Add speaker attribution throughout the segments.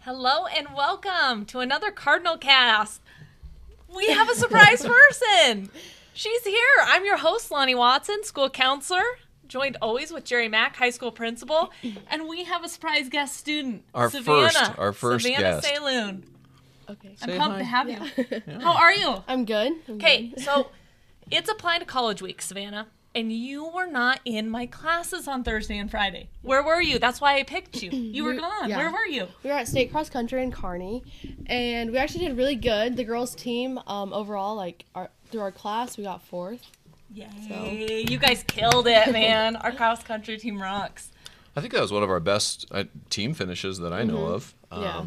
Speaker 1: Hello and welcome to another Cardinal Cast. We have a surprise person. She's here. I'm your host, Lonnie Watson, school counselor, joined always with Jerry Mack, high school principal, and we have a surprise guest student,
Speaker 2: Our
Speaker 1: Savannah.
Speaker 2: first- our first
Speaker 1: Savannah
Speaker 2: guest.
Speaker 1: Saloon.
Speaker 3: Okay.
Speaker 1: I'm
Speaker 2: Say
Speaker 1: pumped
Speaker 2: hi.
Speaker 1: to have you. How are you?
Speaker 3: I'm good. I'm
Speaker 1: Okay,
Speaker 3: good.
Speaker 1: so it's applying to college week, Savannah, and you were not in my classes on Thursday and Friday. Where were you? That's why I picked you. You were
Speaker 3: You-
Speaker 1: gone.
Speaker 3: yeah.
Speaker 1: Where were you?
Speaker 3: we were at state cross country in Kearney, and we actually did really good. The girls' team, um, overall, like our through our class, we got fourth.
Speaker 1: Yay! You guys killed it, man. Our cross country team rocks.
Speaker 2: I think that was one of our best uh, team finishes that I know of. Um,
Speaker 3: Yeah.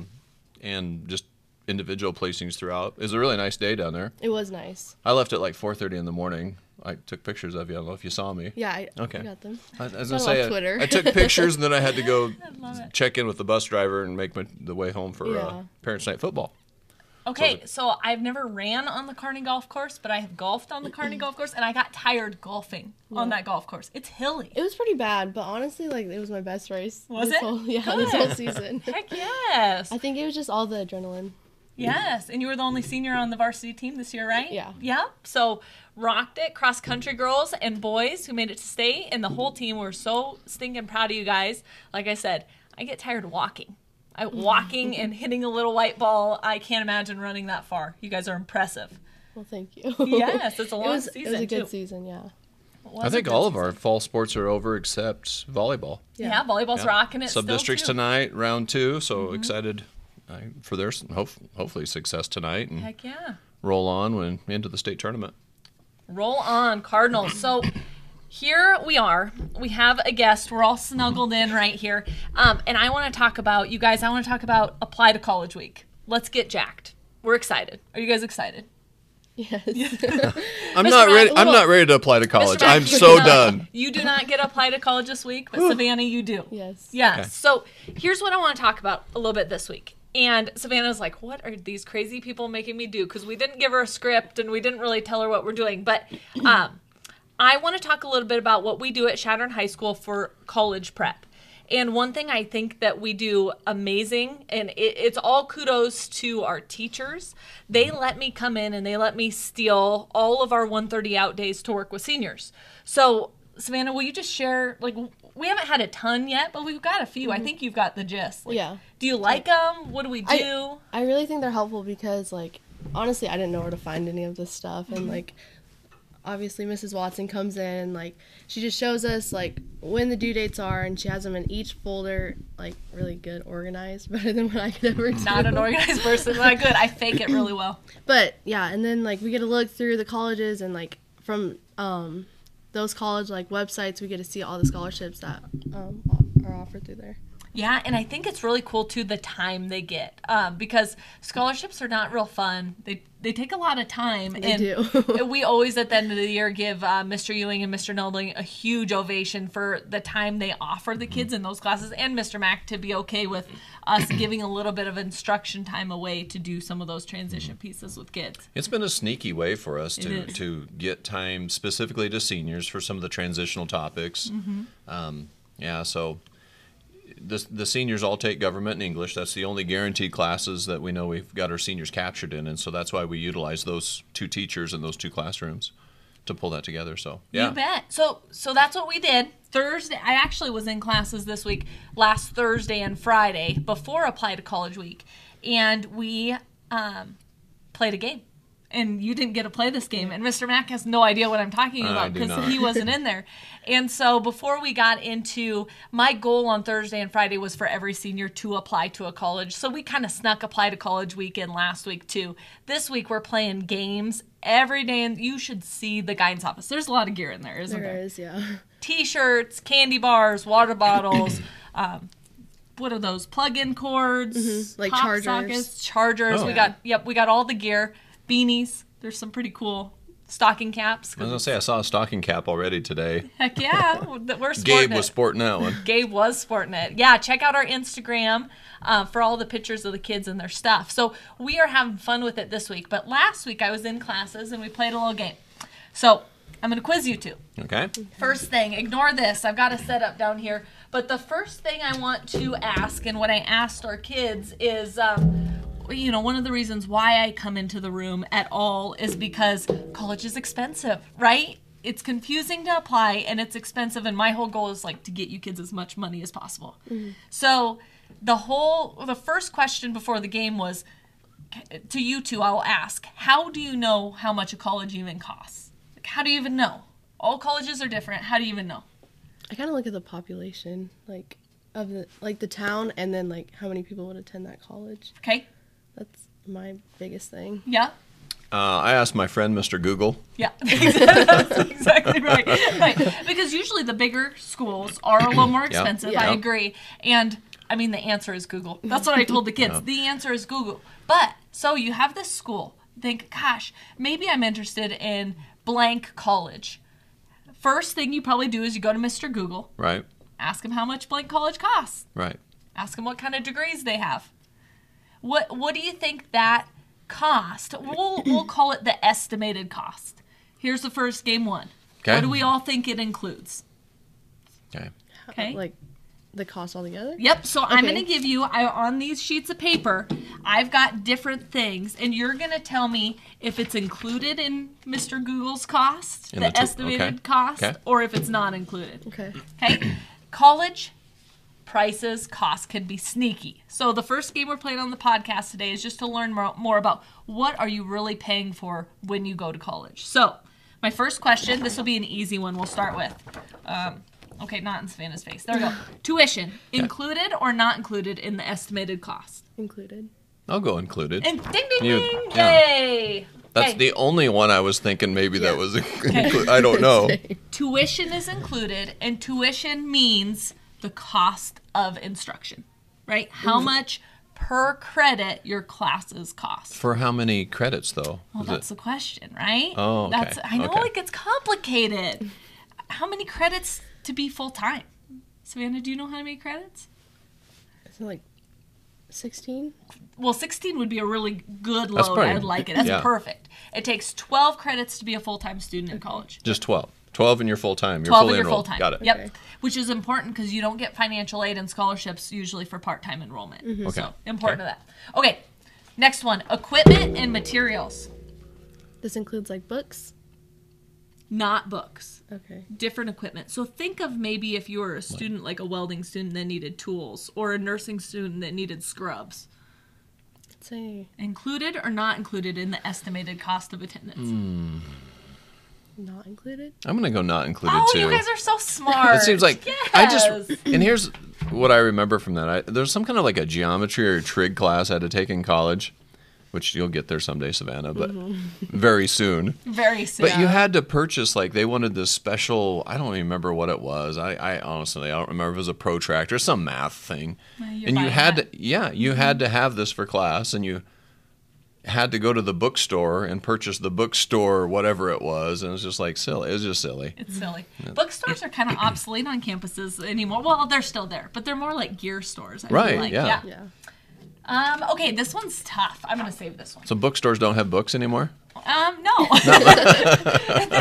Speaker 2: And just individual placings throughout. It was a really nice day down there.
Speaker 3: It was nice.
Speaker 2: I left at like 4.30 in the morning. I took pictures of you. I don't know if you saw me.
Speaker 3: Yeah. I,
Speaker 2: Okay.
Speaker 3: I got them.
Speaker 2: I, I was
Speaker 3: I
Speaker 2: gonna
Speaker 3: love
Speaker 2: say, I-
Speaker 3: Twitter.
Speaker 2: I, took pictures and then I had to go
Speaker 1: love it.
Speaker 2: check in with the bus driver and make my, the way home for uh,
Speaker 3: Yeah.
Speaker 2: Parents Night Football.
Speaker 1: Okay,
Speaker 2: the-
Speaker 1: so I've never ran on the Kearney golf course, but I have golfed on the Kearney golf course, and I got tired golfing on that golf course. It's hilly.
Speaker 3: It was pretty bad, but honestly, like it was my best race.
Speaker 1: Was
Speaker 3: this
Speaker 1: it?
Speaker 3: Whole, yeah, this whole
Speaker 1: Good.
Speaker 3: season.
Speaker 1: Heck yes,
Speaker 3: I think it was just all the adrenaline.
Speaker 1: yes. And you were the only senior on the varsity team this year, right?
Speaker 3: Yeah.
Speaker 1: Yep. So rocked it, cross country girls and boys who made it to state, and the whole team were so stinking proud of you guys. Like I said, I get tired walking. I walking and hitting a little white ball. I can't imagine running that far. You guys are impressive.
Speaker 3: Well, thank you.
Speaker 1: Yes, it's a long
Speaker 3: it was, It
Speaker 1: season,
Speaker 3: was a good
Speaker 1: too.
Speaker 3: season. Yeah.
Speaker 2: I think all of our fall sports are over except volleyball.
Speaker 1: yeah, volleyball's
Speaker 2: Yeah.
Speaker 1: rocking it. still,
Speaker 2: Sub-districts
Speaker 1: too.
Speaker 2: tonight, round two. So excited uh, for their s- hope, hopefully success tonight. And
Speaker 1: Heck yeah.
Speaker 2: roll on when into the state tournament.
Speaker 1: Roll on, Cardinals. So here we are. We have a guest. We're all snuggled in right here. Um, and I want to talk about, you guys, I want to talk about apply to college week. Let's get jacked. We're excited. Are you guys excited?
Speaker 3: Yes.
Speaker 2: I'm not
Speaker 1: Mack,
Speaker 2: ready.
Speaker 1: a
Speaker 2: I'm
Speaker 1: little-
Speaker 2: not ready to apply to college.
Speaker 1: Mr. Mack,
Speaker 2: I'm
Speaker 1: you
Speaker 2: so
Speaker 1: do not-
Speaker 2: done.
Speaker 1: You do not get apply to college this week, but Savannah, you do.
Speaker 3: Yes.
Speaker 1: Yes.
Speaker 2: Okay.
Speaker 1: So here's what I want to talk about a little bit this week. And Savannah's like, what are these crazy people making me do? Because we didn't give her a script and we didn't really tell her what we're doing. But um, I want to talk a little bit about what we do at Shattern High School for college prep. And one thing I think that we do amazing, and it, it's all kudos to our teachers. They let me come in and they let me steal all of our 130 out days to work with seniors. So, Savannah, will you just share? Like, w- we haven't had a ton yet, but we've got a few. I think you've got the gist. Like,
Speaker 3: Mm-hmm. Yeah.
Speaker 1: Do you like them? What do we do?
Speaker 3: I- I really think they're helpful because, like, honestly, I didn't know where to find any of this stuff, and like, obviously, Mrs. Watson comes in, and, like, she just shows us like when the due dates are, and she has them in each folder, like, really good, organized, better than what I could ever do.
Speaker 1: Not an organized person. Not good. I fake it really well.
Speaker 3: But yeah, and then like we get to look through the colleges, and like from um those college like websites, we get to see all the scholarships that um are offered through there.
Speaker 1: Yeah, and I think it's really cool too the time they get um, because scholarships are not real fun. They they take a lot of time. They
Speaker 3: do.
Speaker 1: we always at the end of the year give uh, Mr. Ewing and Mr. Nolding a huge ovation for the time they offer the kids in those classes, and Mr. Mack to be okay with us giving a little bit of instruction time away to do some of those transition pieces with kids.
Speaker 2: It's been a sneaky way for us to,
Speaker 1: It is.
Speaker 2: to get time specifically to seniors for some of the transitional topics.
Speaker 1: Mm-hmm.
Speaker 2: Um, yeah, so the, the seniors all take government and English. That's the only guaranteed classes that we know we've got our seniors captured in, and so that's why we utilize those two teachers in those two classrooms to pull that together. So yeah,
Speaker 1: You bet. So so that's what we did. Thursday I actually was in classes this week last Thursday and Friday before apply to college week and we um, played a game. And you didn't get to play this game and Mr. Mack has no idea what I'm talking
Speaker 2: I
Speaker 1: about
Speaker 2: do
Speaker 1: because
Speaker 2: not.
Speaker 1: he wasn't in there. And so before we got into my goal on Thursday and Friday was for every senior to apply to a college. So we kind of snuck apply to college weekend last week too. This week we're playing games every day and you should see the guidance office. There's a lot of gear in there, isn't there?
Speaker 3: There is, yeah.
Speaker 1: T-shirts, candy bars, water bottles, um what are those plug-in cords,
Speaker 3: Mm-hmm. Like
Speaker 1: pop
Speaker 3: chargers.
Speaker 1: sockets, chargers.
Speaker 2: Oh.
Speaker 1: We got yep, we got all the gear, beanies. There's some pretty cool stocking caps.
Speaker 2: I was gonna say I saw a stocking cap already today.
Speaker 1: Heck yeah, we're sporting
Speaker 2: Gabe
Speaker 1: it.
Speaker 2: was sporting that one.
Speaker 1: Gabe was sporting it. Yeah, check out our Instagram uh, for all the pictures of the kids and their stuff. So we are having fun with it this week. But last week I was in classes and we played a little game. So I'm going to quiz you two.
Speaker 2: Okay.
Speaker 1: First thing, ignore this. I've got a setup down here. But the first thing I want to ask, and what I asked our kids, is um, you know, one of the reasons why I come into the room at all is because college is expensive, right? It's confusing to apply and it's expensive, and my whole goal is like to get you kids as much money as possible. So, the whole, the first question before the game was to you two, I'll ask, how do you know how much a college even costs? Like, how do you even know? All colleges are different. How do you even know?
Speaker 3: I kind of look at the population, like of the like the town, and then like how many people would attend that college.
Speaker 1: Okay.
Speaker 3: That's my biggest thing.
Speaker 1: Yeah.
Speaker 2: Uh, I asked my friend Mr. Google.
Speaker 1: Yeah, that's exactly right. right. Because usually the bigger schools are a little more expensive.
Speaker 3: Yeah.
Speaker 1: I agree. And I mean, the answer is Google. That's what I told the kids. The answer is Google. But so you have this school, think, gosh, maybe I'm interested in blank college. First thing you probably do is you go to Mr. Google,
Speaker 2: Right,
Speaker 1: ask him how much blank college costs.
Speaker 2: right.
Speaker 1: Ask them what kind of degrees they have. What What do you think that cost? We'll we'll call it the estimated cost. Here's the first game one.
Speaker 2: Okay.
Speaker 1: What do we all think it includes?
Speaker 2: Okay.
Speaker 3: How-
Speaker 1: Okay.
Speaker 3: Like the cost altogether.
Speaker 1: Yep. So I'm
Speaker 3: Okay.
Speaker 1: going to give you I, on these sheets of paper. I've got different things, and you're going to tell me if it's included in Mr. Google's cost,
Speaker 2: In
Speaker 1: the,
Speaker 2: the to-
Speaker 1: estimated
Speaker 2: okay.
Speaker 1: cost,
Speaker 2: Okay.
Speaker 1: or if it's not included.
Speaker 3: Okay.
Speaker 1: Okay. College prices, costs can be sneaky. So the first game we're playing on the podcast today is just to learn more, more about what are you really paying for when you go to college. So my first question, this will be an easy one. We'll start with. Um, okay, not in Savannah's face. There we go. Tuition included or not included in the estimated cost?
Speaker 3: Included.
Speaker 2: I'll go included.
Speaker 1: And ding ding
Speaker 2: You-
Speaker 1: ding!
Speaker 2: yeah.
Speaker 1: Yay!
Speaker 2: That's
Speaker 1: Okay.
Speaker 2: the only one I was thinking maybe
Speaker 3: Yeah.
Speaker 2: that was included. I don't know.
Speaker 1: tuition is included, and tuition means the cost of instruction, right? How much per credit your classes cost.
Speaker 2: For how many credits though?
Speaker 1: Well,
Speaker 2: Is
Speaker 1: that's the question, right?
Speaker 2: Oh, okay,
Speaker 1: That's I know
Speaker 2: okay.
Speaker 1: it gets complicated. How many credits to be full time? Savannah, do you know how many credits?
Speaker 3: Is it like sixteen?
Speaker 1: Well, 16 would be a really good load.
Speaker 2: That's probably-
Speaker 1: I'd like it. That's
Speaker 2: yeah.
Speaker 1: perfect. It takes 12 credits to be a full time student in college.
Speaker 2: just 12. 12 and you're full time. You're
Speaker 1: 12
Speaker 2: fully
Speaker 1: and you're full
Speaker 2: enrolled.
Speaker 1: time.
Speaker 2: Got it.
Speaker 1: Yep.
Speaker 3: Okay.
Speaker 1: Which is important because you don't get financial aid and scholarships usually for part time enrollment.
Speaker 2: Okay.
Speaker 1: So important to that. Okay. Next one equipment and materials,
Speaker 3: This includes like books.
Speaker 1: not books.
Speaker 3: Okay.
Speaker 1: Different equipment. So think of maybe if you were a student, like a welding student that needed tools or a nursing student that needed scrubs.
Speaker 3: Let's say
Speaker 1: Included or not included in the estimated cost of attendance?
Speaker 2: Mm,
Speaker 3: not included.
Speaker 2: I'm going to go not included
Speaker 1: Oh,
Speaker 2: too.
Speaker 1: you guys are so smart.
Speaker 2: It seems like I
Speaker 1: Yes.
Speaker 2: just and here's what I remember from that. I, there's some kind of like a geometry or trig class I had to take in college, which you'll get there someday, Savannah, but
Speaker 1: Mm-hmm.
Speaker 2: very soon.
Speaker 1: very soon.
Speaker 2: But you had to purchase like they wanted this special. I don't even remember what it was. I, I honestly I don't remember. If it was a protractor, some math thing,
Speaker 1: you're
Speaker 2: and you
Speaker 1: buying
Speaker 2: had
Speaker 1: that.
Speaker 2: to yeah you had to have this for class, and you had to go to the bookstore and purchase the bookstore whatever it was, and it was just like silly. It was just silly.
Speaker 1: It's silly. Bookstores are kind of obsolete on campuses anymore. Well, they're still there, but they're more like gear stores. I feel
Speaker 2: Right,
Speaker 1: like.
Speaker 2: yeah.
Speaker 3: Yeah.
Speaker 1: Um, okay, this one's tough. I'm gonna save this one.
Speaker 2: So bookstores don't have books anymore.
Speaker 1: Um, no.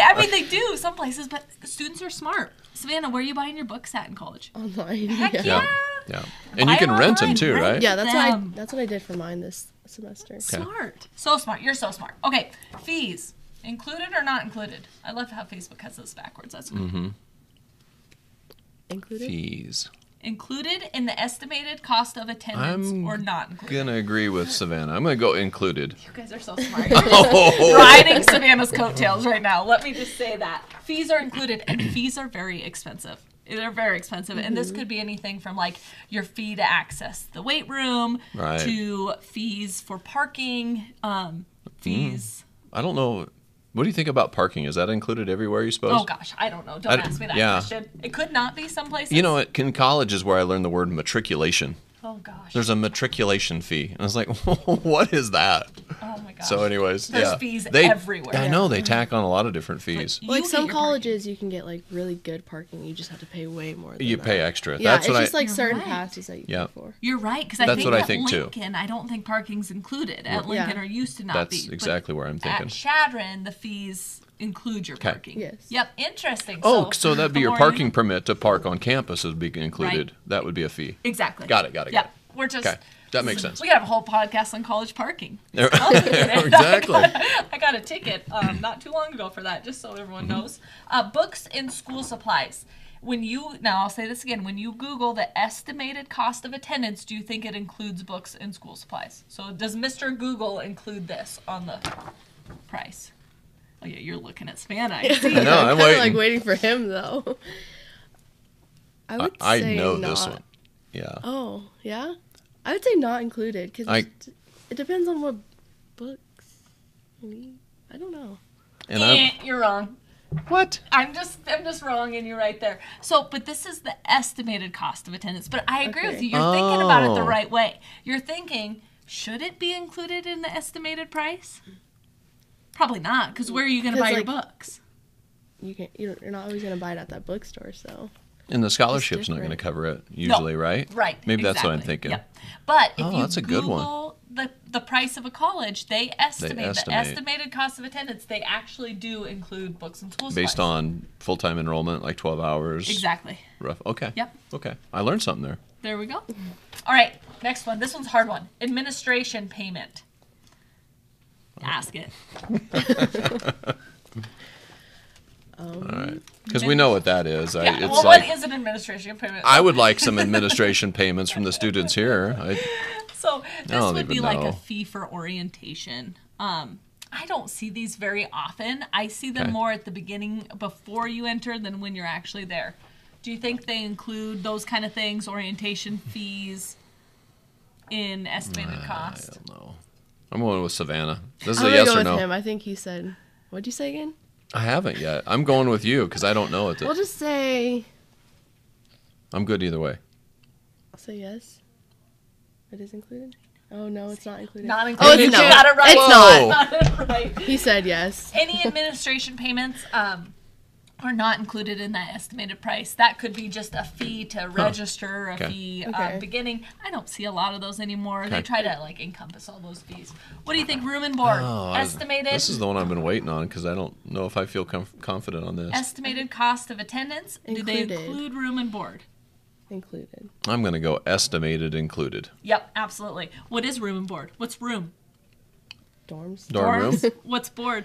Speaker 1: I mean, they do some places, but students are smart. Savannah, where are you buying your books at in college?
Speaker 3: Online.
Speaker 1: Heck yeah.
Speaker 2: Yeah. Yeah. And
Speaker 1: Buy
Speaker 2: you can rent them
Speaker 1: online,
Speaker 2: too,
Speaker 1: rent
Speaker 2: right?
Speaker 3: Yeah, that's what I
Speaker 1: Them.
Speaker 3: that's what I did for mine this semester.
Speaker 1: Smart. So smart. You're so smart. Okay, fees included or not included? I love how Facebook has this backwards. That's
Speaker 2: Mm-hmm.
Speaker 1: good.
Speaker 3: Included.
Speaker 2: Fees.
Speaker 1: included in the estimated cost of attendance
Speaker 2: I'm
Speaker 1: or not included.
Speaker 2: Gonna agree with Savannah. I'm gonna go included.
Speaker 1: You guys are so smart. You're just
Speaker 2: Oh.
Speaker 1: riding Savannah's coattails right now. Let me just say that. Fees are included, and fees are very expensive. They're very expensive. And
Speaker 2: Mm-hmm.
Speaker 1: this could be anything from like your fee to access the weight room
Speaker 2: Right.
Speaker 1: to fees for parking, um,
Speaker 2: Mm.
Speaker 1: fees.
Speaker 2: I don't know. What do you think about parking? Is that included everywhere? You suppose?
Speaker 1: Oh gosh, I don't know. Don't
Speaker 2: I-
Speaker 1: ask me that
Speaker 2: yeah.
Speaker 1: question. It could not be someplace.
Speaker 2: You know, it- in college is where I learned the word matriculation.
Speaker 1: Oh gosh.
Speaker 2: There's a matriculation fee, and I was like, what is that?
Speaker 1: Oh my gosh.
Speaker 2: So, anyways,
Speaker 1: There's
Speaker 2: yeah,
Speaker 1: fees
Speaker 2: they,
Speaker 1: everywhere. Mm-hmm.
Speaker 2: I know they tack on a lot of different fees.
Speaker 3: Like
Speaker 1: You get your
Speaker 3: some
Speaker 1: parking.
Speaker 3: colleges, you can get like really good parking. You just have to pay way more. Than
Speaker 2: You
Speaker 3: that.
Speaker 2: pay extra.
Speaker 3: Yeah,
Speaker 2: That's
Speaker 3: it's
Speaker 2: what
Speaker 3: just
Speaker 2: I.
Speaker 3: like
Speaker 1: You're
Speaker 3: certain
Speaker 1: right.
Speaker 3: passes that you
Speaker 2: Yeah.
Speaker 3: pay for.
Speaker 1: You're right, because I
Speaker 2: That's
Speaker 1: think
Speaker 2: what I
Speaker 1: at
Speaker 2: think, too.
Speaker 1: Lincoln, I don't think parking's included at
Speaker 2: Yeah.
Speaker 1: Lincoln or used to not be.
Speaker 2: That's
Speaker 1: but
Speaker 2: exactly where I'm
Speaker 1: At
Speaker 2: thinking.
Speaker 1: Shadron, the fees include your
Speaker 2: 'Kay.
Speaker 1: parking.
Speaker 3: Yes.
Speaker 1: Yep. Interesting.
Speaker 2: oh, so that'd be
Speaker 1: the
Speaker 2: your
Speaker 1: more you-
Speaker 2: parking permit to park on campus would be included. That would be a fee.
Speaker 1: Exactly.
Speaker 2: Got it, got it,
Speaker 1: Yep.
Speaker 2: got it.
Speaker 1: We're just.
Speaker 2: 'Kay. That makes sense.
Speaker 1: We could have a whole podcast on college parking.
Speaker 2: exactly.
Speaker 1: I got a ticket um, not too long ago for that, just so everyone knows. Uh, books and school supplies. When you now, I'll say this again. When you Google the estimated cost of attendance, do you think it includes books and school supplies? So does Mr. Google include this on the price? Oh yeah, you're looking at Savannah. I see.
Speaker 2: I know. I'm
Speaker 3: kinda,
Speaker 2: waiting.
Speaker 3: like waiting for him though. I
Speaker 2: I,
Speaker 3: would
Speaker 2: I
Speaker 3: say
Speaker 2: know
Speaker 3: not.
Speaker 2: this one. Yeah.
Speaker 3: Oh yeah, I would say not included because
Speaker 2: I-
Speaker 3: it depends on what books. you need. I don't know.
Speaker 2: And I.
Speaker 1: Eh, you're wrong.
Speaker 2: What?
Speaker 1: I'm just I'm just wrong in you right there. So, but this is the estimated cost of attendance. But I agree with
Speaker 3: Okay.
Speaker 1: you. You're thinking about it the
Speaker 2: Oh.
Speaker 1: right way. You're thinking, should it be included in the estimated price? Probably not, because where are you going to
Speaker 3: 'Cause,
Speaker 1: buy your
Speaker 3: like-
Speaker 1: books?
Speaker 3: You can't. You don't, you're not always gonna buy it at that bookstore. So
Speaker 2: And the scholarship's not going to
Speaker 3: different.
Speaker 2: cover it usually, right?
Speaker 1: Right.
Speaker 2: Maybe that's what I'm
Speaker 1: exactly.
Speaker 2: thinking.
Speaker 1: Yep. But if
Speaker 2: Oh,
Speaker 1: you
Speaker 2: that's a good one.
Speaker 1: Google the the price of a college, they estimate, the
Speaker 2: estimate.
Speaker 1: estimated cost of attendance. They actually do include books and school
Speaker 2: Based
Speaker 1: supplies.
Speaker 2: on full time enrollment, like 12 hours.
Speaker 1: exactly.
Speaker 2: Rough. Okay.
Speaker 1: Yep.
Speaker 2: Okay. I learned something there.
Speaker 1: There we go. All right, next one. This one's a hard one. Administration payment. Ask it.
Speaker 2: All
Speaker 3: Um,
Speaker 2: right. Because we know what that is. I,
Speaker 1: Yeah.
Speaker 2: it's
Speaker 1: well,
Speaker 2: like.
Speaker 1: what is an administration payment?
Speaker 2: I would like some administration payments from the students here. I,
Speaker 1: so this
Speaker 2: don't
Speaker 1: would be
Speaker 2: even
Speaker 1: like
Speaker 2: know.
Speaker 1: a fee for orientation. Um, I don't see these very often. I see them
Speaker 2: Okay.
Speaker 1: more at the beginning before you enter than when you're actually there. Do you think they include those kind of things, orientation fees, in estimated
Speaker 2: I
Speaker 1: cost?
Speaker 2: don't know. I'm going with Savannah. This is
Speaker 3: I'm
Speaker 2: a
Speaker 3: gonna
Speaker 2: yes
Speaker 3: go
Speaker 2: or
Speaker 3: with
Speaker 2: no.
Speaker 3: him. I think he said. What'd you say again?
Speaker 2: I haven't yet. I'm going with you because I don't know it.
Speaker 3: We'll just say.
Speaker 2: I'm good either way.
Speaker 3: I'll say yes. It is included. Oh no, it's not included.
Speaker 1: Not
Speaker 3: Oh,
Speaker 1: included.
Speaker 3: it's
Speaker 1: You
Speaker 3: no.
Speaker 1: got it right.
Speaker 3: It's
Speaker 2: Whoa.
Speaker 3: not.
Speaker 1: Got it right.
Speaker 3: He said yes.
Speaker 1: any administration payments um, are not included in that estimated price. That could be just a fee to register, a
Speaker 2: Okay.
Speaker 1: fee
Speaker 3: Okay.
Speaker 1: uh, beginning. I don't see a lot of those anymore. They
Speaker 2: Okay.
Speaker 1: try to like encompass all those fees. What do you think? Room and board
Speaker 2: Oh, I-
Speaker 1: estimated.
Speaker 2: This is the one I've been waiting on because I don't know if I feel comf- confident on this.
Speaker 1: Estimated cost of attendance. Do
Speaker 3: Included.
Speaker 1: they include room and board?
Speaker 3: Included.
Speaker 2: I'm going to go estimated included.
Speaker 1: Yep, absolutely. What is room and board? What's room?
Speaker 3: Dorms.
Speaker 2: Dorm room,
Speaker 1: Dorms? What's board?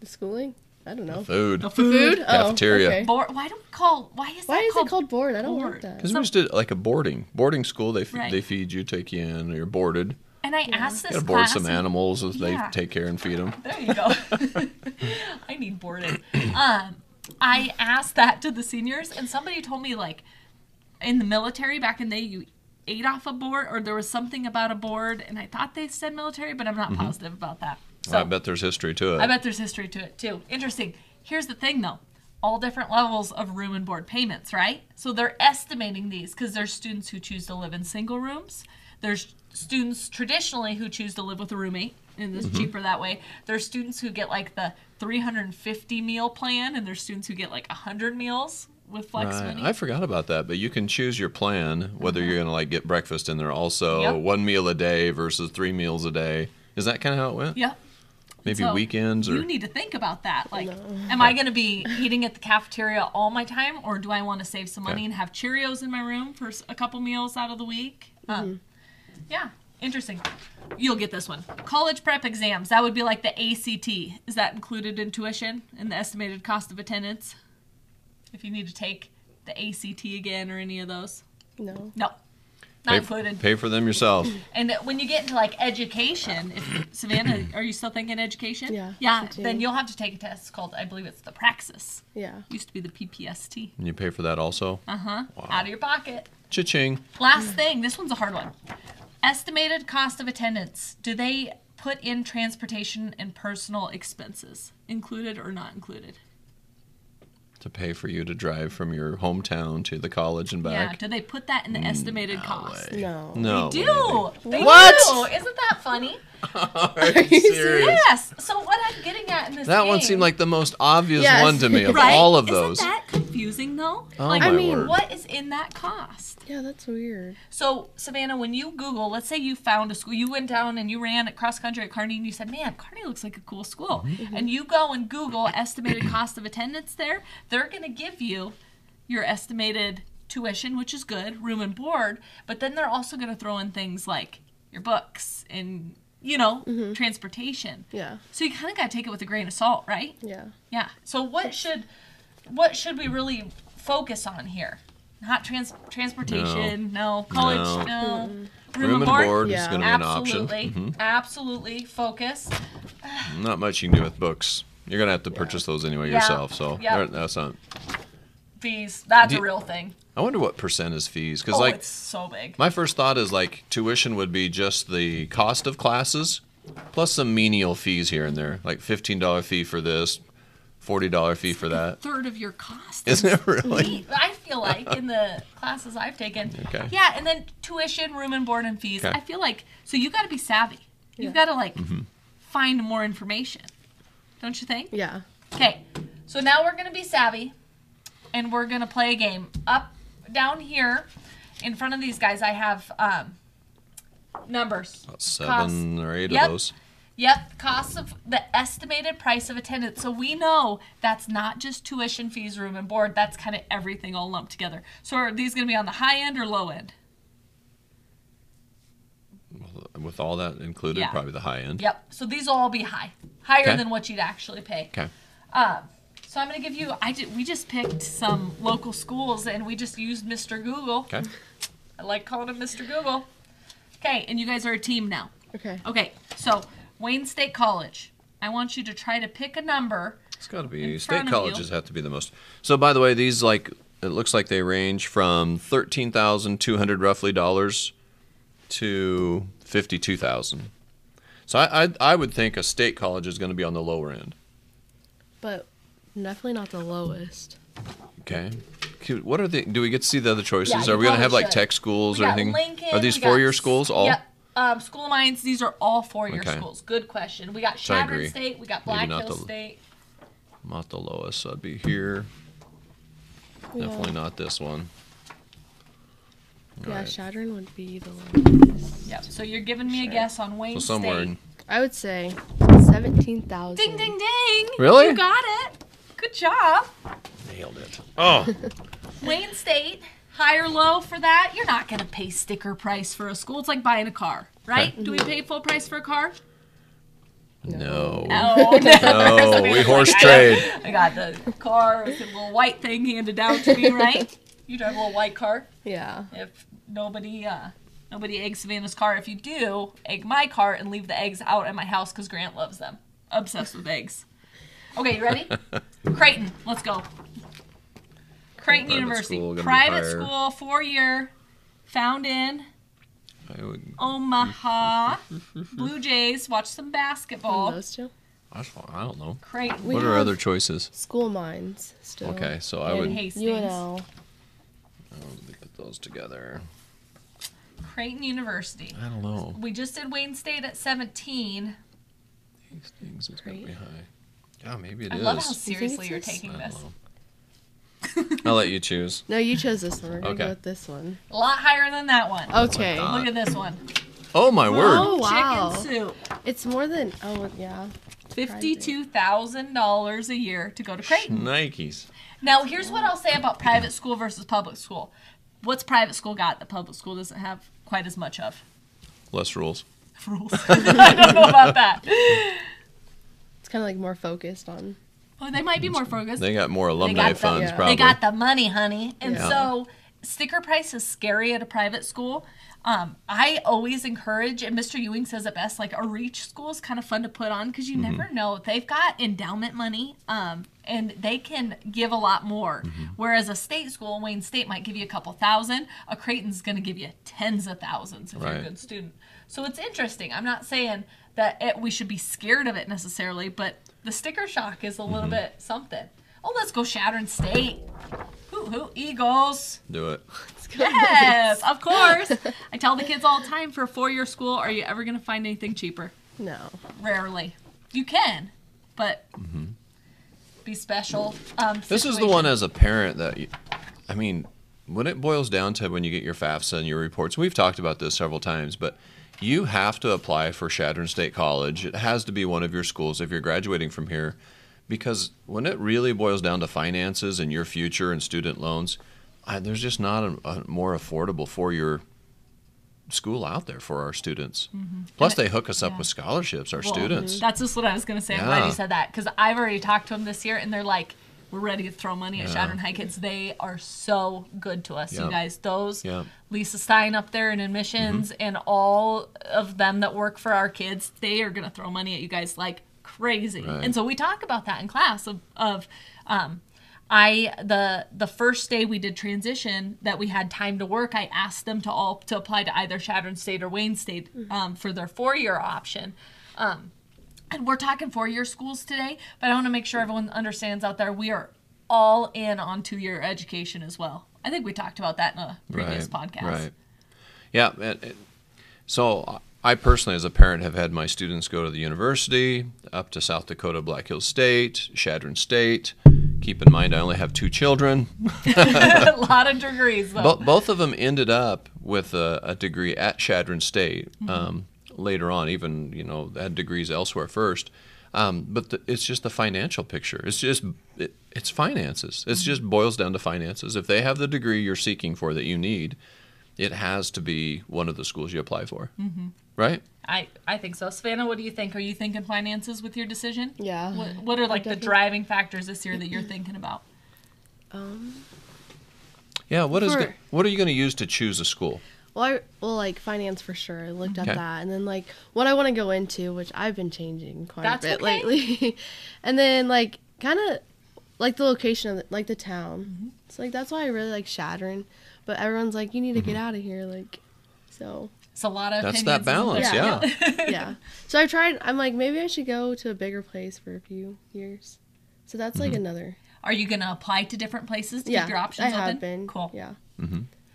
Speaker 3: The schooling. I don't know.
Speaker 2: food.
Speaker 3: Food. Oh,
Speaker 2: Mm-hmm. Cafeteria.
Speaker 3: okay.
Speaker 1: Board. Why do we call? Why is
Speaker 3: Why
Speaker 1: that
Speaker 3: is
Speaker 1: called?
Speaker 3: it called board? I don't like
Speaker 1: board?
Speaker 3: that.
Speaker 2: Because we just did like a boarding boarding school. They f-
Speaker 1: Right.
Speaker 2: they feed you, take you in. You're boarded.
Speaker 1: And I asked
Speaker 2: You
Speaker 1: this
Speaker 2: gotta board
Speaker 1: class.
Speaker 2: some animals. as
Speaker 1: Yeah.
Speaker 2: They take care and feed them.
Speaker 1: There you go. I need boarding. Um, I asked that to the seniors, and somebody told me like, in the military back in the day, you ate off a board, or there was something about a board, and I thought they said military, but I'm not positive about that. So
Speaker 2: I bet there's history to it.
Speaker 1: I bet there's history to it too. Interesting. Here's the thing though. All different levels of room and board payments, right? So they're estimating these because there's students who choose to live in single rooms. There's students traditionally who choose to live with a roommate, and it's cheaper that way. There's students who get like the 350 meal plan, and there's students who get like 100 meals with flex
Speaker 2: Right.
Speaker 1: money. Mm-hmm.
Speaker 2: I forgot about that, but you can choose your plan whether you're going to like get breakfast in there also
Speaker 1: Yep.
Speaker 2: one meal a day versus three meals a day. Is that kind of how it went?
Speaker 1: Yep.
Speaker 2: Maybe
Speaker 1: So,
Speaker 2: weekends or
Speaker 1: you need to think about that like am i going to be eating at the cafeteria all my time or do i want to save some money
Speaker 2: Okay.
Speaker 1: and have cheerios in my room for s- a couple meals out of the week um, yeah interesting you'll get this one college prep exams that would be like the act is that included in tuition and the estimated cost of attendance if you need to take the act again or any of those
Speaker 3: No.
Speaker 1: no not
Speaker 2: pay,
Speaker 1: included
Speaker 2: pay for them yourself.
Speaker 1: and when you get into like education, if Savannah, are you still thinking education?
Speaker 3: Yeah,
Speaker 1: Yeah.
Speaker 3: I do.
Speaker 1: Then you'll have to take a test called, I believe it's the Praxis.
Speaker 3: Yeah.
Speaker 1: Used to be the PPST.
Speaker 2: And you pay for that also.
Speaker 1: Uh huh. Out of your pocket.
Speaker 2: Cha-ching.
Speaker 1: Last thing. This one's a hard one. Estimated cost of attendance. Do they put in transportation and personal expenses, included or not included?
Speaker 2: to pay for you to drive from your hometown to the college and
Speaker 1: Yeah.
Speaker 2: back. Mm,
Speaker 1: Do they put that in the estimated cost?
Speaker 2: way.
Speaker 3: No.
Speaker 2: No.
Speaker 1: They
Speaker 2: way.
Speaker 1: do. They
Speaker 2: What?
Speaker 1: do. Isn't that funny?
Speaker 2: Are you serious?
Speaker 1: Yes. So what I'm getting at in this
Speaker 2: That one
Speaker 1: game-
Speaker 2: seemed like the most obvious
Speaker 3: Yes.
Speaker 2: one to me of
Speaker 1: right?
Speaker 2: all of those.
Speaker 1: Isn't that confusing though?
Speaker 2: Oh
Speaker 1: like,
Speaker 2: my
Speaker 3: I mean,
Speaker 2: word.
Speaker 1: what is in that cost?
Speaker 3: Yeah, that's weird.
Speaker 1: So, Savannah, when you Google, let's say you found a school, you went down and you ran at cross country at Kearney and you said, man, Kearney looks like a cool school.
Speaker 2: Mm-hmm.
Speaker 1: Mm-hmm. And you go and Google estimated cost of attendance there, they're going to give you your estimated tuition, which is good, room and board, but then they're also going to throw in things like your books and, you know,
Speaker 2: Mm-hmm.
Speaker 1: transportation.
Speaker 3: Yeah.
Speaker 1: So you kind of got to take it with a grain of salt, right?
Speaker 3: Yeah.
Speaker 1: Yeah. So what should what should we really focus on here? Not trans transportation, no, college, no.
Speaker 2: Room and board is
Speaker 3: Yeah.
Speaker 2: going to be an option. Mm-hmm.
Speaker 1: Absolutely. Absolutely focus.
Speaker 2: Not much you can do with books. You're going to have to purchase those anyway
Speaker 1: Yeah.
Speaker 2: yourself. So
Speaker 1: Yeah.
Speaker 2: there- that's not.
Speaker 1: Fees. That's
Speaker 2: Do-
Speaker 1: a real thing.
Speaker 2: I wonder what percent is fees because
Speaker 1: Oh,
Speaker 2: like
Speaker 1: it's so big.
Speaker 2: my first thought is like tuition would be just the cost of classes plus some menial fees here and there, like fifteen dollar fee for this, forty dollar fee for that.
Speaker 1: Third of your cost.
Speaker 2: Isn't it really?
Speaker 1: Neat, I feel like in the classes I've taken.
Speaker 2: Okay.
Speaker 1: Yeah, and then tuition, room and board and fees.
Speaker 2: Okay. Mm-hmm.
Speaker 1: I feel like so you got to be savvy. You've
Speaker 3: Yeah.
Speaker 1: got to like find more information. Don't you think?
Speaker 3: Yeah.
Speaker 1: Okay, so now we're gonna be savvy, and we're gonna play a game. Up, down here, in front of these guys, I have um, numbers.
Speaker 2: Oh. Seven or eight
Speaker 1: Yep.
Speaker 2: of those.
Speaker 1: Yep, cost of the estimated price of attendance. So we know that's not just tuition fees, room and board. That's kind of everything all lumped together. So are these gonna be on the high end or low end?
Speaker 2: With all that included,
Speaker 1: Yeah.
Speaker 2: probably the high end.
Speaker 1: Yep. So these will all be high, higher
Speaker 2: Okay.
Speaker 1: than what you'd actually pay.
Speaker 2: Okay.
Speaker 1: Um, so I'm gonna give you. I did. We just picked some local schools, and we just used Mr. Google.
Speaker 2: Okay.
Speaker 1: I like calling him Mr. Google. Okay, and you guys are a team now.
Speaker 3: Okay.
Speaker 1: Okay, so Wayne State College. I want you to try to pick a number.
Speaker 2: It's got to
Speaker 1: in
Speaker 2: be
Speaker 1: front
Speaker 2: state
Speaker 1: of
Speaker 2: colleges
Speaker 1: you.
Speaker 2: have to be the most. So by the way, these like it looks like they range from thirteen thousand two hundred roughly dollars to fifty two thousand. So I, I I would think a state college is going to be on the lower end.
Speaker 3: But definitely not the lowest.
Speaker 2: Okay. Cute. What are the? Do we get to see the other choices?
Speaker 1: you
Speaker 2: are we going to
Speaker 1: probably
Speaker 2: have like
Speaker 1: should.
Speaker 2: tech schools
Speaker 1: We
Speaker 2: or
Speaker 1: got
Speaker 2: anything?
Speaker 1: Lincoln,
Speaker 2: are these
Speaker 1: we got
Speaker 2: four year
Speaker 1: S-
Speaker 2: schools all?
Speaker 1: Yep. Um, School of Mines. These are all four-year
Speaker 2: Okay.
Speaker 1: schools. Good question. We got
Speaker 2: So I agree.
Speaker 1: Chadron State. We got Black
Speaker 2: not
Speaker 1: Hill
Speaker 2: the-
Speaker 1: State.
Speaker 2: Not the lowest. So I'd be here.
Speaker 3: Yeah.
Speaker 2: Definitely not this one.
Speaker 3: Yeah,
Speaker 2: Alright.
Speaker 3: Shadron would be the lowest.
Speaker 1: Yep. So you're giving me
Speaker 3: Sure.
Speaker 1: a guess on Wayne
Speaker 2: So somewhere.
Speaker 1: State.
Speaker 2: in-
Speaker 3: I would say seventeen thousand.
Speaker 1: Ding, ding, ding.
Speaker 2: Really?
Speaker 1: You got it. Good job.
Speaker 2: Nailed it. Oh.
Speaker 1: Wayne State, high or low for that? You're not going to pay sticker price for a school. It's like buying a car, right?
Speaker 2: Okay.
Speaker 1: Do we pay full price for a car?
Speaker 2: no.
Speaker 1: No.
Speaker 2: Oh, No. we horse trade.
Speaker 1: I got the car with the little white thing handed down to me, right? You drive a little white car.
Speaker 3: Yeah.
Speaker 1: If nobody, uh, nobody eggs Savannah's car. If you do, egg my car and leave the eggs out at my house because Grant loves them. Obsessed with eggs. Okay, you ready? Creighton, let's go. Creighton
Speaker 2: Private
Speaker 1: University,
Speaker 2: school, gonna be
Speaker 1: private
Speaker 2: higher.
Speaker 1: school, four year, found in
Speaker 2: I would.
Speaker 1: Omaha. Blue Jays, watch some basketball.
Speaker 3: Those two.
Speaker 2: I don't- I don't know.
Speaker 1: Creighton.
Speaker 3: We
Speaker 2: what are
Speaker 3: have
Speaker 2: other choices?
Speaker 3: School mines still.
Speaker 2: Okay, so I
Speaker 1: And
Speaker 2: would
Speaker 1: Hastings.
Speaker 3: UNL.
Speaker 2: I would put those together.
Speaker 1: Creighton University.
Speaker 2: I don't know.
Speaker 1: We just did Wayne State at 17.
Speaker 2: Hastings is going to be high. Yeah, maybe it
Speaker 1: I
Speaker 2: is.
Speaker 1: love how seriously
Speaker 3: it's
Speaker 1: you're
Speaker 3: this?
Speaker 1: taking
Speaker 2: I don't
Speaker 1: this.
Speaker 2: know. I'll let you choose.
Speaker 3: No, you chose this one. We're gonna
Speaker 2: Okay. Oh
Speaker 3: go with this one.
Speaker 1: A lot higher than that one.
Speaker 3: Okay.
Speaker 2: God.
Speaker 1: Look at this one.
Speaker 2: Oh my
Speaker 3: Oh
Speaker 2: word!
Speaker 3: wow.
Speaker 1: Chicken soup.
Speaker 3: It's more than. Oh yeah.
Speaker 1: Fifty-two thousand dollars a year to go to Creighton.
Speaker 2: Nikes.
Speaker 1: Now, here's what I'll say about private school versus public school. What's private school got that public school doesn't have quite as much of?
Speaker 2: Less rules.
Speaker 1: Rules. I don't know about that.
Speaker 3: It's kind of like more focused on.
Speaker 1: Well, they might be more focused.
Speaker 2: They got more alumni
Speaker 1: got the-
Speaker 2: funds,
Speaker 3: yeah.
Speaker 2: probably.
Speaker 1: They got the money, honey. And
Speaker 2: Yeah.
Speaker 1: so sticker price is scary at a private school. Um, I always encourage, and Mr. Ewing says it best, like a reach school is kind of fun to put on because you never know. They've got endowment money um, and they can give a lot more. Whereas a state school, Wayne State might give you a couple thousand. A Creighton's going to give you tens of thousands if you're a
Speaker 2: Right.
Speaker 1: good student. So it's interesting. I'm not saying that it, we should be scared of it necessarily, but the sticker shock is a little bit something. Oh, let's go Shattern State. Hoo hoo, Eagles.
Speaker 2: Do it.
Speaker 1: Yes, of course. I tell the kids all the time for a four year school, are you ever going to find anything cheaper?
Speaker 3: No.
Speaker 1: Rarely. You can, but be special. Um,
Speaker 2: Mm-hmm. This is the
Speaker 1: situation.
Speaker 2: one as a parent that, you, I mean, when it boils down to when you get your FAFSA and your reports, we've talked about this several times, but you have to apply for Shattern State College. It has to be one of your schools if you're graduating from here, because when it really boils down to finances and your future and student loans, I, there's just not a, a more affordable four year school out there for our students. Plus, they hook us up
Speaker 1: Mm-hmm. yeah.
Speaker 2: with scholarships, our
Speaker 1: Well,
Speaker 2: students.
Speaker 1: That's just what I was going to say. I'm glad
Speaker 2: Yeah.
Speaker 1: you said that because I've already talked to them this year, and they're like, "We're ready to throw money at Shattern High Kids. They are so good to us, you
Speaker 2: Yeah.
Speaker 1: guys. Those
Speaker 2: Yeah. Mm-hmm.
Speaker 1: Lisa Stein up there in admissions, and all of them that work for our kids, they are going to throw money at you guys like crazy.
Speaker 2: Right.
Speaker 1: And so we talk about that in class of, of um, I the the first day we did transition that we had time to work, I asked them to all to apply to either Shattern State or Wayne State um, for their four year option. Um, and we're talking four year schools today, but I want to make sure everyone understands out there we are all in on two year education as well. I think we talked about that in a previous podcast.
Speaker 2: Right. Yeah. And, and so I personally, as a parent, have had my students go to the university, up to South Dakota, Black Hills State, Shadron State. Keep in mind, I only have two children.
Speaker 1: a lot of degrees though.
Speaker 2: Bo- both of them ended up with a, a degree at Shadron State
Speaker 1: Mm-hmm.
Speaker 2: um, later on, even, you know, had degrees elsewhere first. Um, but the, it's just the financial picture. It's just, it, it's finances.
Speaker 1: Mm-hmm.
Speaker 2: It just boils down to finances. If they have the degree you're seeking for that you need, it has to be one of the schools you apply for. Mm-hmm. Right?
Speaker 1: I, I think so. Savannah, what do you think? Are you thinking finances with your decision?
Speaker 3: Yeah.
Speaker 1: What, what are like the
Speaker 3: Definitely.
Speaker 1: driving factors this year that you're thinking about?
Speaker 2: Yeah. What is?
Speaker 3: For-
Speaker 2: go- what are you going to use to choose a school?
Speaker 3: Well, I, well, like finance for sure. I looked up
Speaker 2: Okay.
Speaker 3: that, and then like what I want to go into, which I've been changing quite
Speaker 1: That's
Speaker 3: a bit
Speaker 1: okay.
Speaker 3: lately, and then like kind of like the location of the, like the town.
Speaker 1: Mm-hmm.
Speaker 3: It's like that's why I really like Shattern, but everyone's like, you need to get out of here, like, so
Speaker 1: It's a lot of
Speaker 2: That's that
Speaker 1: opinions, isn't
Speaker 2: balance.
Speaker 1: there?
Speaker 3: Yeah.
Speaker 2: Yeah.
Speaker 3: yeah. So I tried. I'm like, maybe I should go to a bigger place for a few years. So that's like another.
Speaker 1: Are you going to apply to different places to
Speaker 3: yeah,
Speaker 1: keep your options
Speaker 3: I have
Speaker 1: open?
Speaker 3: been.
Speaker 1: Cool.
Speaker 3: Yeah.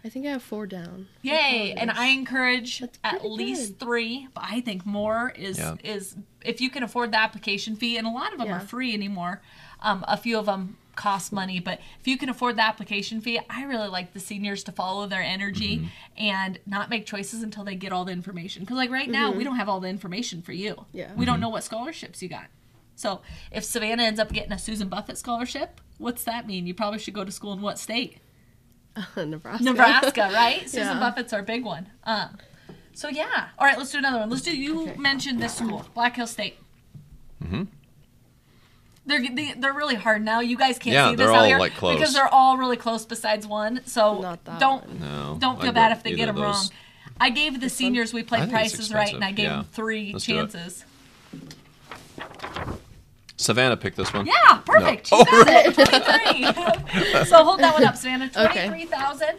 Speaker 3: I think I have four down.
Speaker 1: Yay! And I encourage
Speaker 3: That's
Speaker 1: at
Speaker 3: pretty
Speaker 1: least
Speaker 3: good.
Speaker 1: three, but I think more is
Speaker 2: Yeah.
Speaker 1: is if you can afford the application fee, and a lot of them are
Speaker 3: Yeah.
Speaker 1: free anymore. Um, a few of them cost money, but if you can afford the application fee, I really like the seniors to follow their energy and not make choices until they get all the information. Because like right now, we don't have all the information for you.
Speaker 3: Mm-hmm. Yeah.
Speaker 1: we don't know what scholarships you got. So if Savannah ends up getting a Susan Buffett scholarship, what's that mean? You probably should go to school in what state?
Speaker 3: Nebraska.
Speaker 1: Nebraska, right? Susan
Speaker 3: Yeah.
Speaker 1: Buffett's our big one. Um, so yeah. All right, let's do another one. Let's do. You mentioned this school, Black Hill State. Mm-hmm. They're they, they're really hard now. You guys can't
Speaker 2: Yeah,
Speaker 1: see
Speaker 2: they're
Speaker 1: this out
Speaker 2: all,
Speaker 1: here
Speaker 2: like, close.
Speaker 1: because they're all really close besides one. So
Speaker 3: Not that
Speaker 1: don't
Speaker 2: No,
Speaker 1: don't
Speaker 2: I
Speaker 1: feel
Speaker 2: get
Speaker 1: bad if they
Speaker 2: either
Speaker 1: get
Speaker 2: of
Speaker 1: them
Speaker 2: those.
Speaker 1: wrong. I gave the seniors we
Speaker 2: I
Speaker 1: played
Speaker 2: think it's
Speaker 1: prices right, and I
Speaker 2: expensive.
Speaker 1: gave
Speaker 2: Yeah.
Speaker 1: them 3
Speaker 2: Let's do it.
Speaker 1: chances.
Speaker 2: Savannah picked this one.
Speaker 1: Yeah, perfect.
Speaker 2: No. Oh,
Speaker 1: She got it. 23. so hold that one up, Savannah.
Speaker 3: Okay.
Speaker 1: 23,000 um,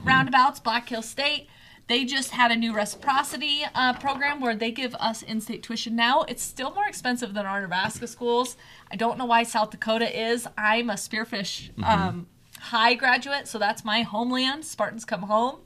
Speaker 2: Mm-hmm.
Speaker 1: roundabouts, Black Hill State. They just had a new reciprocity uh, program where they give us in state tuition now. It's still more expensive than our Nebraska schools. I don't know why South Dakota is. I'm a Spearfish
Speaker 2: Mm-hmm.
Speaker 1: um, High graduate, so that's my homeland. Spartans come home.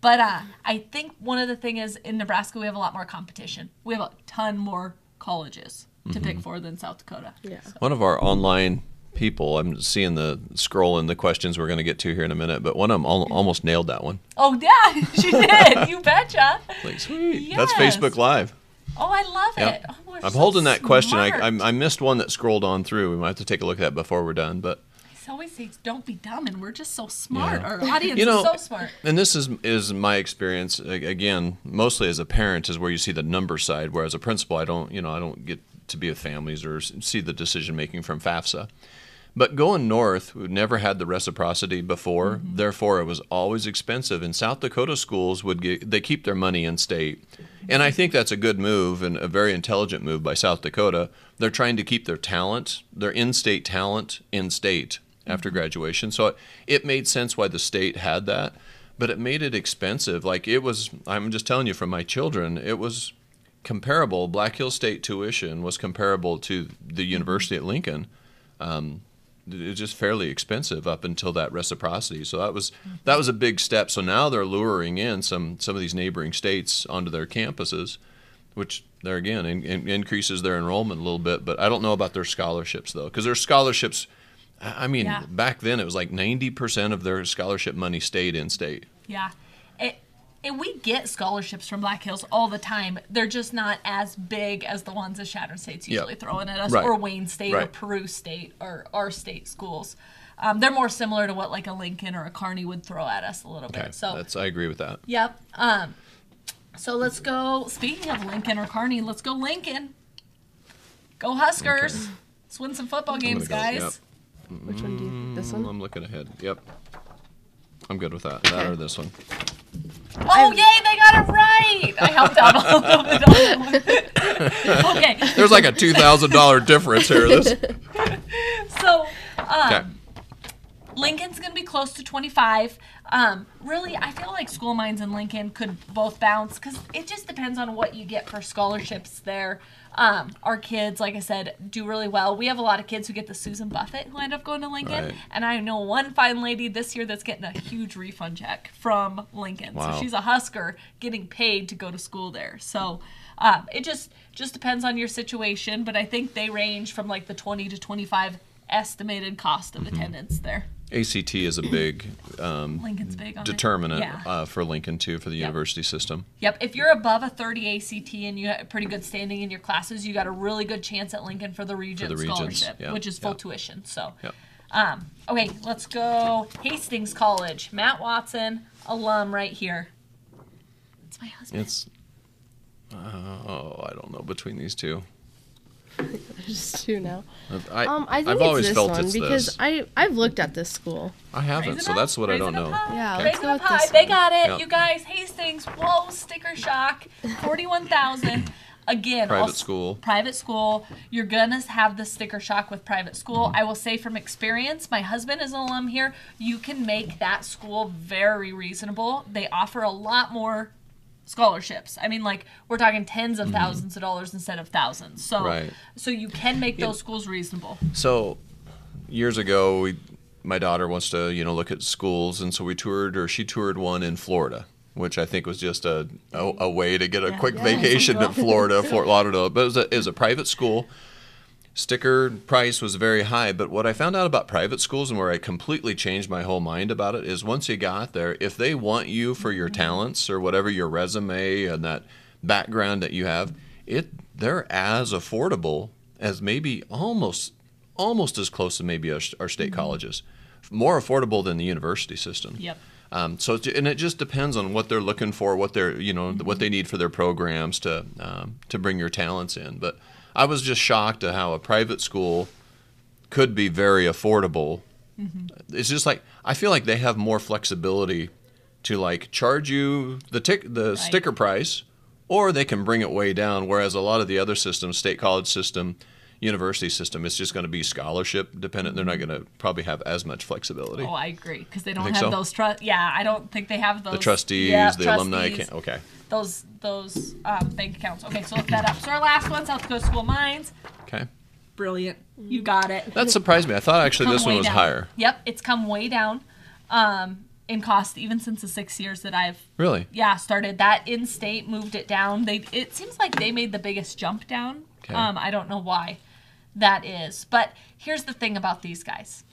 Speaker 1: But uh, I think one of the thing is in Nebraska we have a lot more competition. We have a ton more colleges to
Speaker 2: Mm-hmm.
Speaker 1: pick for than South Dakota.
Speaker 3: Yeah.
Speaker 2: One of our online people, I'm seeing the scroll and the questions we're going to get to here in a minute, but one of them al- almost nailed that one.
Speaker 1: Oh yeah, she did. you betcha.
Speaker 2: Like, sweet. That's
Speaker 1: Yes.
Speaker 2: Facebook Live.
Speaker 1: Oh, I love
Speaker 2: Yep.
Speaker 1: it. Oh, we're
Speaker 2: I'm
Speaker 1: so
Speaker 2: holding that question. I,
Speaker 1: smart.
Speaker 2: I, I missed one that scrolled on through. We might have to take a look at that before we're done. But
Speaker 1: It's always say, "Don't be dumb," and we're just so smart.
Speaker 2: Yeah.
Speaker 1: Our audience
Speaker 2: You know-
Speaker 1: is so smart.
Speaker 2: and this is is my experience a- again, mostly as a parent, is where you see the number side. Where as a principal, I don't you know I don't get to be with families or s- see the decision making from FAFSA. But going north, we never had the reciprocity before. Therefore, it was always expensive. And South Dakota schools would get, they keep their money in state, and I think that's a good move and a very intelligent move by South Dakota. They're trying to keep their talent, their in-state talent, in state after graduation. So it, it made sense why the state had that, but it made it expensive. Like it was, I'm just telling you from my children, it was comparable. Black Hill State tuition was comparable to the university at Lincoln it's just fairly expensive up until that reciprocity. So that was that was a big step. So now they're luring in some some of these neighboring states onto their campuses, which there again in, in- increases their enrollment a little bit. But I don't know about their scholarships though, because their scholarships. I I mean,
Speaker 1: Yeah.
Speaker 2: back then it was like ninety percent of their scholarship money stayed in state.
Speaker 1: Yeah. It, and we get scholarships from Black Hills all the time. They're just not as big as the ones that Shattern State's
Speaker 2: Yeah.
Speaker 1: usually throwing at us,
Speaker 2: Right.
Speaker 1: or Wayne State, or
Speaker 2: Right.
Speaker 1: Peru State, or our state schools. Um, they're more similar to what like a Lincoln or a Kearney would throw at us a little
Speaker 2: Okay,
Speaker 1: bit. So
Speaker 2: that's I agree with that.
Speaker 1: Yep. Um, so let's go. Speaking of Lincoln or Carney, let's go Lincoln. Go Huskers.
Speaker 2: Okay.
Speaker 1: Let's win some football games,
Speaker 2: go-
Speaker 1: guys.
Speaker 2: yep.
Speaker 3: Which one do you? This
Speaker 2: Mm,
Speaker 3: one?
Speaker 2: I'm looking ahead. Yep. I'm good with that. That
Speaker 3: Okay.
Speaker 2: or this one.
Speaker 1: Oh, yay, they got it right. I helped out a little bit on that one. okay,
Speaker 2: There's like a two thousand dollar difference here. This.
Speaker 1: so
Speaker 2: Okay.
Speaker 1: Lincoln's going to be close to 25. Um, really, I feel like School Minds and Lincoln could both bounce because it just depends on what you get for scholarships there. Um, our kids, like I said, do really well. We have a lot of kids who get the Susan Buffett who end up going to Lincoln.
Speaker 2: Right.
Speaker 1: And I know one fine lady this year that's getting a huge refund check from Lincoln.
Speaker 2: Wow.
Speaker 1: So she's a Husker getting paid to go to school there. So um, it just just depends on your situation, but I think they range from like the 20 to 25 estimated cost of
Speaker 2: Mm-hmm.
Speaker 1: attendance there.
Speaker 2: ACT is a big um,
Speaker 1: Lincoln's big on it.
Speaker 2: determinant
Speaker 1: Yeah.
Speaker 2: uh, for Lincoln too for the university system.
Speaker 1: yep. If you're above a 30 ACT and you have pretty good standing in your classes, you got a really good chance at Lincoln for the Regent
Speaker 2: Regents,
Speaker 1: scholarship,
Speaker 2: yeah,
Speaker 1: which is full
Speaker 2: yeah.
Speaker 1: tuition. So,
Speaker 2: Yep.
Speaker 1: um, okay, let's go Hastings College. Matt Watson, alum right here. It's my husband.
Speaker 2: It's oh I don't know between these two.
Speaker 3: There's two now.
Speaker 2: I,
Speaker 3: Um, I think
Speaker 2: have
Speaker 3: it's
Speaker 2: always
Speaker 3: this
Speaker 2: felt
Speaker 3: one
Speaker 2: it's
Speaker 3: because
Speaker 2: this.
Speaker 3: I I've looked at this school.
Speaker 2: I haven't,
Speaker 1: Raise
Speaker 2: so
Speaker 1: it
Speaker 2: that's
Speaker 1: up,
Speaker 2: what I
Speaker 1: raise it
Speaker 2: don't
Speaker 1: up
Speaker 2: know.
Speaker 1: high,
Speaker 3: Yeah,
Speaker 1: raise
Speaker 3: let's
Speaker 1: it
Speaker 3: go
Speaker 1: up
Speaker 3: with
Speaker 1: high.
Speaker 3: this
Speaker 1: They
Speaker 3: one.
Speaker 1: got it,
Speaker 2: Yep.
Speaker 1: you guys. Hastings, whoa, sticker shock, forty-one thousand. Again,
Speaker 2: Private
Speaker 1: I'll s-
Speaker 2: school.
Speaker 1: Private school. You're gonna have the sticker shock with private school. I will say from experience, my husband is an alum here. You can make that school very reasonable. They offer a lot more scholarships. I mean, like we're talking tens of thousands of dollars instead of thousands. So,
Speaker 2: Mm-hmm. Right.
Speaker 1: so you can make those schools reasonable.
Speaker 2: So years ago, we, my daughter wants to you know look at schools, and so we toured or she toured one in Florida, which I think was just a a, a way to get a quick vacation to Florida, Fort Lauderdale. But it was, a, it was a private school. Sticker price was very high, but what I found out about private schools and where I completely changed my whole mind about it is once you got there, if they want you for your talents or whatever your resume and that background that you have, it they're as affordable as maybe almost almost as close to maybe our, our state colleges, more affordable than the university system.
Speaker 1: Yep.
Speaker 2: Um, so it's, and it just depends on what they're looking for, what they're you know what they need for their programs to um, to bring your talents in. But I was just shocked at how a private school could be very affordable. It's just like I feel like they have more flexibility to like charge you the tick the sticker price, or they can bring it way down. Whereas a lot of the other systems, state college system, university system, it's just going to be scholarship dependent. They're not going to probably have as much flexibility.
Speaker 1: Oh, I agree because they don't
Speaker 2: think
Speaker 1: have
Speaker 2: so?
Speaker 1: those trust. Yeah, I don't think they have those.
Speaker 2: the trustees,
Speaker 1: yeah,
Speaker 2: the alumni.
Speaker 1: trustees,
Speaker 2: Can't, okay.
Speaker 1: Those those um, bank accounts. Okay, so look that up. So our last one, South Dakota School Mines.
Speaker 2: Okay.
Speaker 1: Brilliant, you got it.
Speaker 2: That surprised me. I thought actually this
Speaker 1: Come
Speaker 2: one
Speaker 1: way
Speaker 2: was
Speaker 1: down.
Speaker 2: higher.
Speaker 1: Yep, it's come way down um, in cost even since the six years that I've
Speaker 2: Really?
Speaker 1: yeah started that in state moved it down they it seems like they made the biggest jump down
Speaker 2: Okay.
Speaker 1: um i don't know why that is but here's the thing about these guys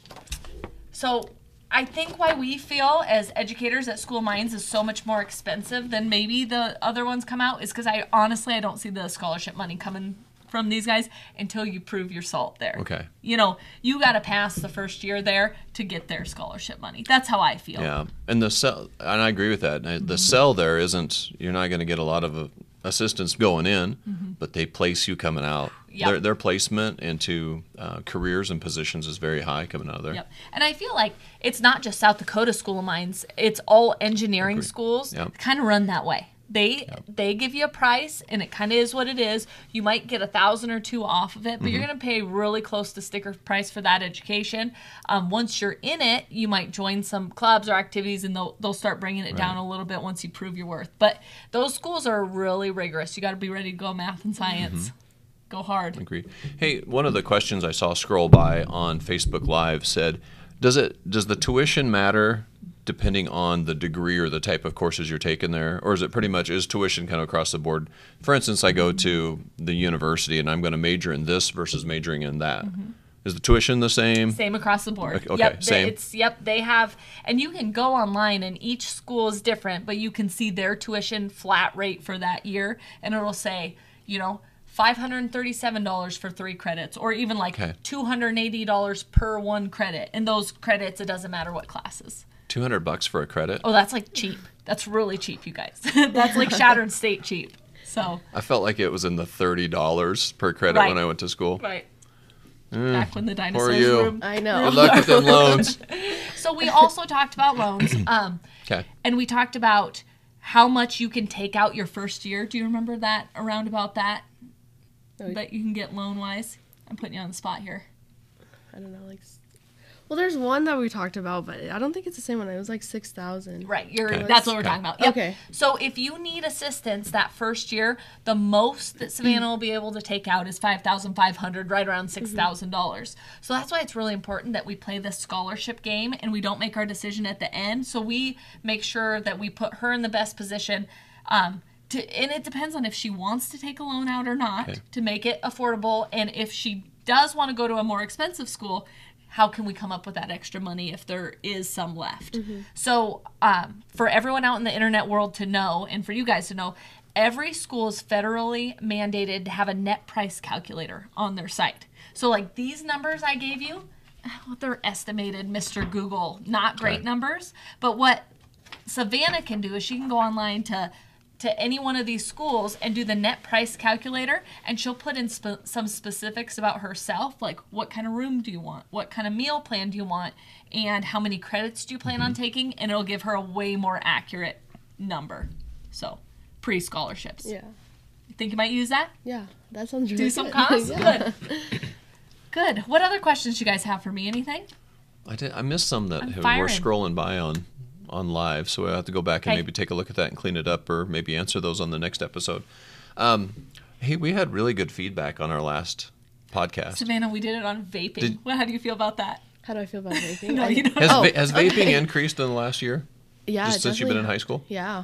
Speaker 1: so i think why we feel as educators at school minds is so much more expensive than maybe the other ones come out is because i honestly i don't see the scholarship money coming from these guys until you prove your salt there
Speaker 2: Okay.
Speaker 1: you know you got to pass the first year there to get their scholarship money that's how i feel
Speaker 2: Yeah. And the sell, and I agree with that. And
Speaker 1: Mm-hmm.
Speaker 2: The sell there isn't. You're not going to get a lot of uh, assistance going in, but they place you coming out.
Speaker 1: Mm-hmm. Yep.
Speaker 2: Their, their placement into uh, careers and positions is very high coming out of there.
Speaker 1: Yep. And I feel like it's not just South Dakota School of Mines, it's all engineering schools
Speaker 2: Yep.
Speaker 1: kind of run that way. They they give you a price and it kind of is what it is. You might get a thousand or two off of it, but you're going to pay really close to sticker price for that education. Um, once you're in it, you might join some clubs or activities and they'll, they'll start bringing it down a little bit once you prove your worth. But those schools are really rigorous. You got to be ready to go math and science. Go hard.
Speaker 2: Agree. Hey, one of the questions I saw scroll by on Facebook Live said, "Does it does the tuition matter depending on the degree or the type of courses you're taking there, or is it pretty much is tuition kind of across the board? For instance, I go to the university and I'm going to major in this versus majoring in that. Is the tuition the same?
Speaker 1: Mm-hmm. Same across the board.
Speaker 2: Okay, okay,
Speaker 1: yep, they-
Speaker 2: same.
Speaker 1: It's yep. They have, and you can go online, and each school is different, but you can see their tuition flat rate for that year, and it'll say, you know, five hundred and thirty-seven dollars for three credits, or even like
Speaker 2: Okay.
Speaker 1: two hundred and eighty dollars per one credit. And those credits, it doesn't matter what classes.
Speaker 2: Two hundred bucks for a credit.
Speaker 1: Oh, that's like cheap. That's really cheap, you guys. that's like Shattered State cheap. So
Speaker 2: I felt like it was in the thirty dollars per credit
Speaker 1: Right.
Speaker 2: when I went to school.
Speaker 1: right. Back when the dinosaurs
Speaker 2: Mm, you.
Speaker 1: room.
Speaker 3: I know.
Speaker 2: Good luck with them loans.
Speaker 1: So we also talked about loans. Um,
Speaker 2: Okay.
Speaker 1: and we talked about how much you can take out your first year. Do you remember that around about that
Speaker 3: Oh.
Speaker 1: that you can get loan wise? I'm putting you on the spot here.
Speaker 3: I don't know, like. s- Well, there's one that we talked about, but I don't think it's the same one. It was like six thousand.
Speaker 1: Right, you're
Speaker 2: Okay.
Speaker 1: that's what we're talking about. Yep.
Speaker 3: Okay.
Speaker 1: So if you need assistance that first year, the most that Savannah will be able to take out is five thousand five hundred, right around six dollars. So that's why it's really important that we play this scholarship game and we don't make our decision at the end. So we make sure that we put her in the best position. Um, to, and it depends on if she wants to take a loan out or not to make it affordable, and if she does want to go to a more expensive school, how can we come up with that extra money if there is some left? So, um, for everyone out in the internet world to know, and for you guys to know, every school is federally mandated to have a net price calculator on their site. So, like these numbers I gave you, they're estimated, Mr. Google, not great
Speaker 2: Okay.
Speaker 1: numbers. But what Savannah can do is she can go online to to any one of these schools and do the net price calculator and she'll put in sp- some specifics about herself like what kind of room do you want what kind of meal plan do you want and how many credits do you plan
Speaker 2: Mm-hmm.
Speaker 1: on taking and it'll give her a way more accurate number so pre scholarships
Speaker 3: Yeah.
Speaker 1: you think you might use that
Speaker 3: Yeah. That sounds really
Speaker 1: do some
Speaker 3: good.
Speaker 1: comps
Speaker 3: Yeah.
Speaker 1: good good what other questions you guys have for me anything
Speaker 2: I did. I missed some that have, were
Speaker 1: firing.
Speaker 2: scrolling by on on live, so I have to go back and
Speaker 1: Okay.
Speaker 2: maybe take a look at that and clean it up, or maybe answer those on the next episode. Um, hey, we had really good feedback on our last podcast.
Speaker 1: savannah we did it on vaping
Speaker 2: Did-
Speaker 1: Well, how do you feel about that
Speaker 3: How do I feel about vaping?
Speaker 1: No,
Speaker 3: I-
Speaker 1: you don't.
Speaker 2: Has,
Speaker 3: Oh,
Speaker 2: va- has vaping
Speaker 3: okay.
Speaker 2: increased in the last year?
Speaker 3: Yeah.
Speaker 2: just since you've been in high school?
Speaker 3: Yeah.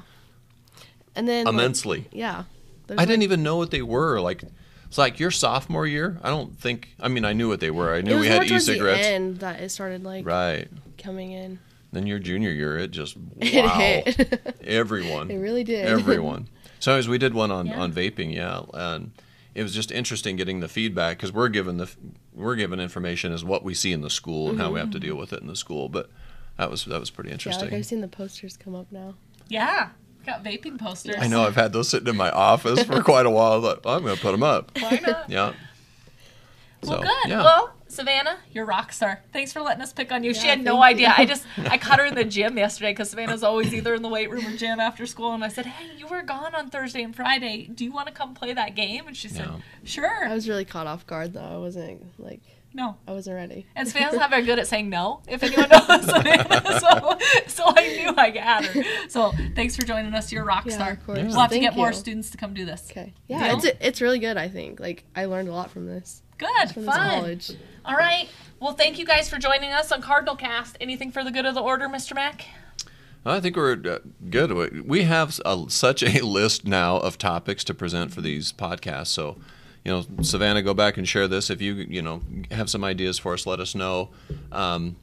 Speaker 3: And then like,
Speaker 2: Immensely.
Speaker 3: yeah. There's
Speaker 2: I didn't even know what they were. Like, it's like your sophomore year. I don't think. I mean, I knew what they were. I
Speaker 3: It
Speaker 2: knew
Speaker 3: was
Speaker 2: we
Speaker 3: more
Speaker 2: had
Speaker 3: towards the
Speaker 2: e-cigarettes.
Speaker 3: end that it started like
Speaker 2: Right.
Speaker 3: coming in.
Speaker 2: Then your junior year, it just wow.
Speaker 3: It hit.
Speaker 2: Everyone.
Speaker 3: It really did.
Speaker 2: Everyone. So, anyways, we did one on,
Speaker 1: Yeah.
Speaker 2: on vaping, yeah, and it was just interesting getting the feedback because we're given the f- we're given information as what we see in the school and how we have
Speaker 1: Mm-hmm.
Speaker 2: to deal with it in the school. But that was that was pretty
Speaker 3: Yeah,
Speaker 2: interesting.
Speaker 3: like I've seen the posters come up now.
Speaker 1: yeah got vaping posters
Speaker 2: I know I've had those sitting in my office for quite a while. But I'm going to put them up.
Speaker 1: why not
Speaker 2: Yeah.
Speaker 1: Well,
Speaker 2: So,
Speaker 1: good.
Speaker 2: yeah.
Speaker 1: Well, Savannah, you're a rock star. Thanks for letting us pick on you. she had no idea. I just I caught her in the gym yesterday because Savannah's always either in the weight room or gym after school, and I said, "Hey, you were gone on Thursday and Friday. Do you want to come play that game?" And she said,
Speaker 2: Yeah.
Speaker 3: I
Speaker 1: "Sure."
Speaker 3: was really caught off guard though. I wasn't like
Speaker 1: No.
Speaker 3: I wasn't ready.
Speaker 1: And Savannah's not very good at saying no. If anyone knows Savannah, so so I knew I had her. So thanks for joining us. You're a rock
Speaker 3: Yeah,
Speaker 1: star.
Speaker 3: of course.
Speaker 2: Yeah.
Speaker 1: We'll have to
Speaker 3: Thank
Speaker 1: get more
Speaker 3: you.
Speaker 1: students to come do this.
Speaker 3: Okay. Yeah,
Speaker 1: Deal?
Speaker 3: it's it's really good. I think like I learned a lot from this
Speaker 1: Good,
Speaker 3: from this
Speaker 1: fun.
Speaker 3: college.
Speaker 1: All right. Well, thank you guys for joining us on Cardinal Cast. Anything for the good of the order, Mr. Mack?
Speaker 2: I think we're uh, good. We- We have a, such a list now of topics to present for these podcasts. So, you know, Savannah, go back and share this. If you, you know, have some ideas for us, let us know. Um,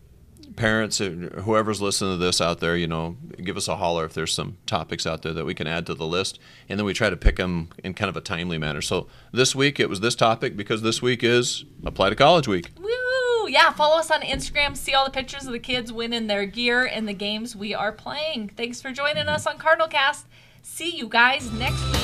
Speaker 2: parents, uh, whoever's listening to this out there, you know, give us a holler if there's some topics out there that we can add to the list. And then we try to pick them in kind of a timely manner. So this week it was this topic because this week is Apply to College Week.
Speaker 1: Woo! Yeah, follow us on Instagram. See all the pictures of the kids winning their gear and the games we are playing. Thanks for joining us on Cardinal Cast. See you guys next week.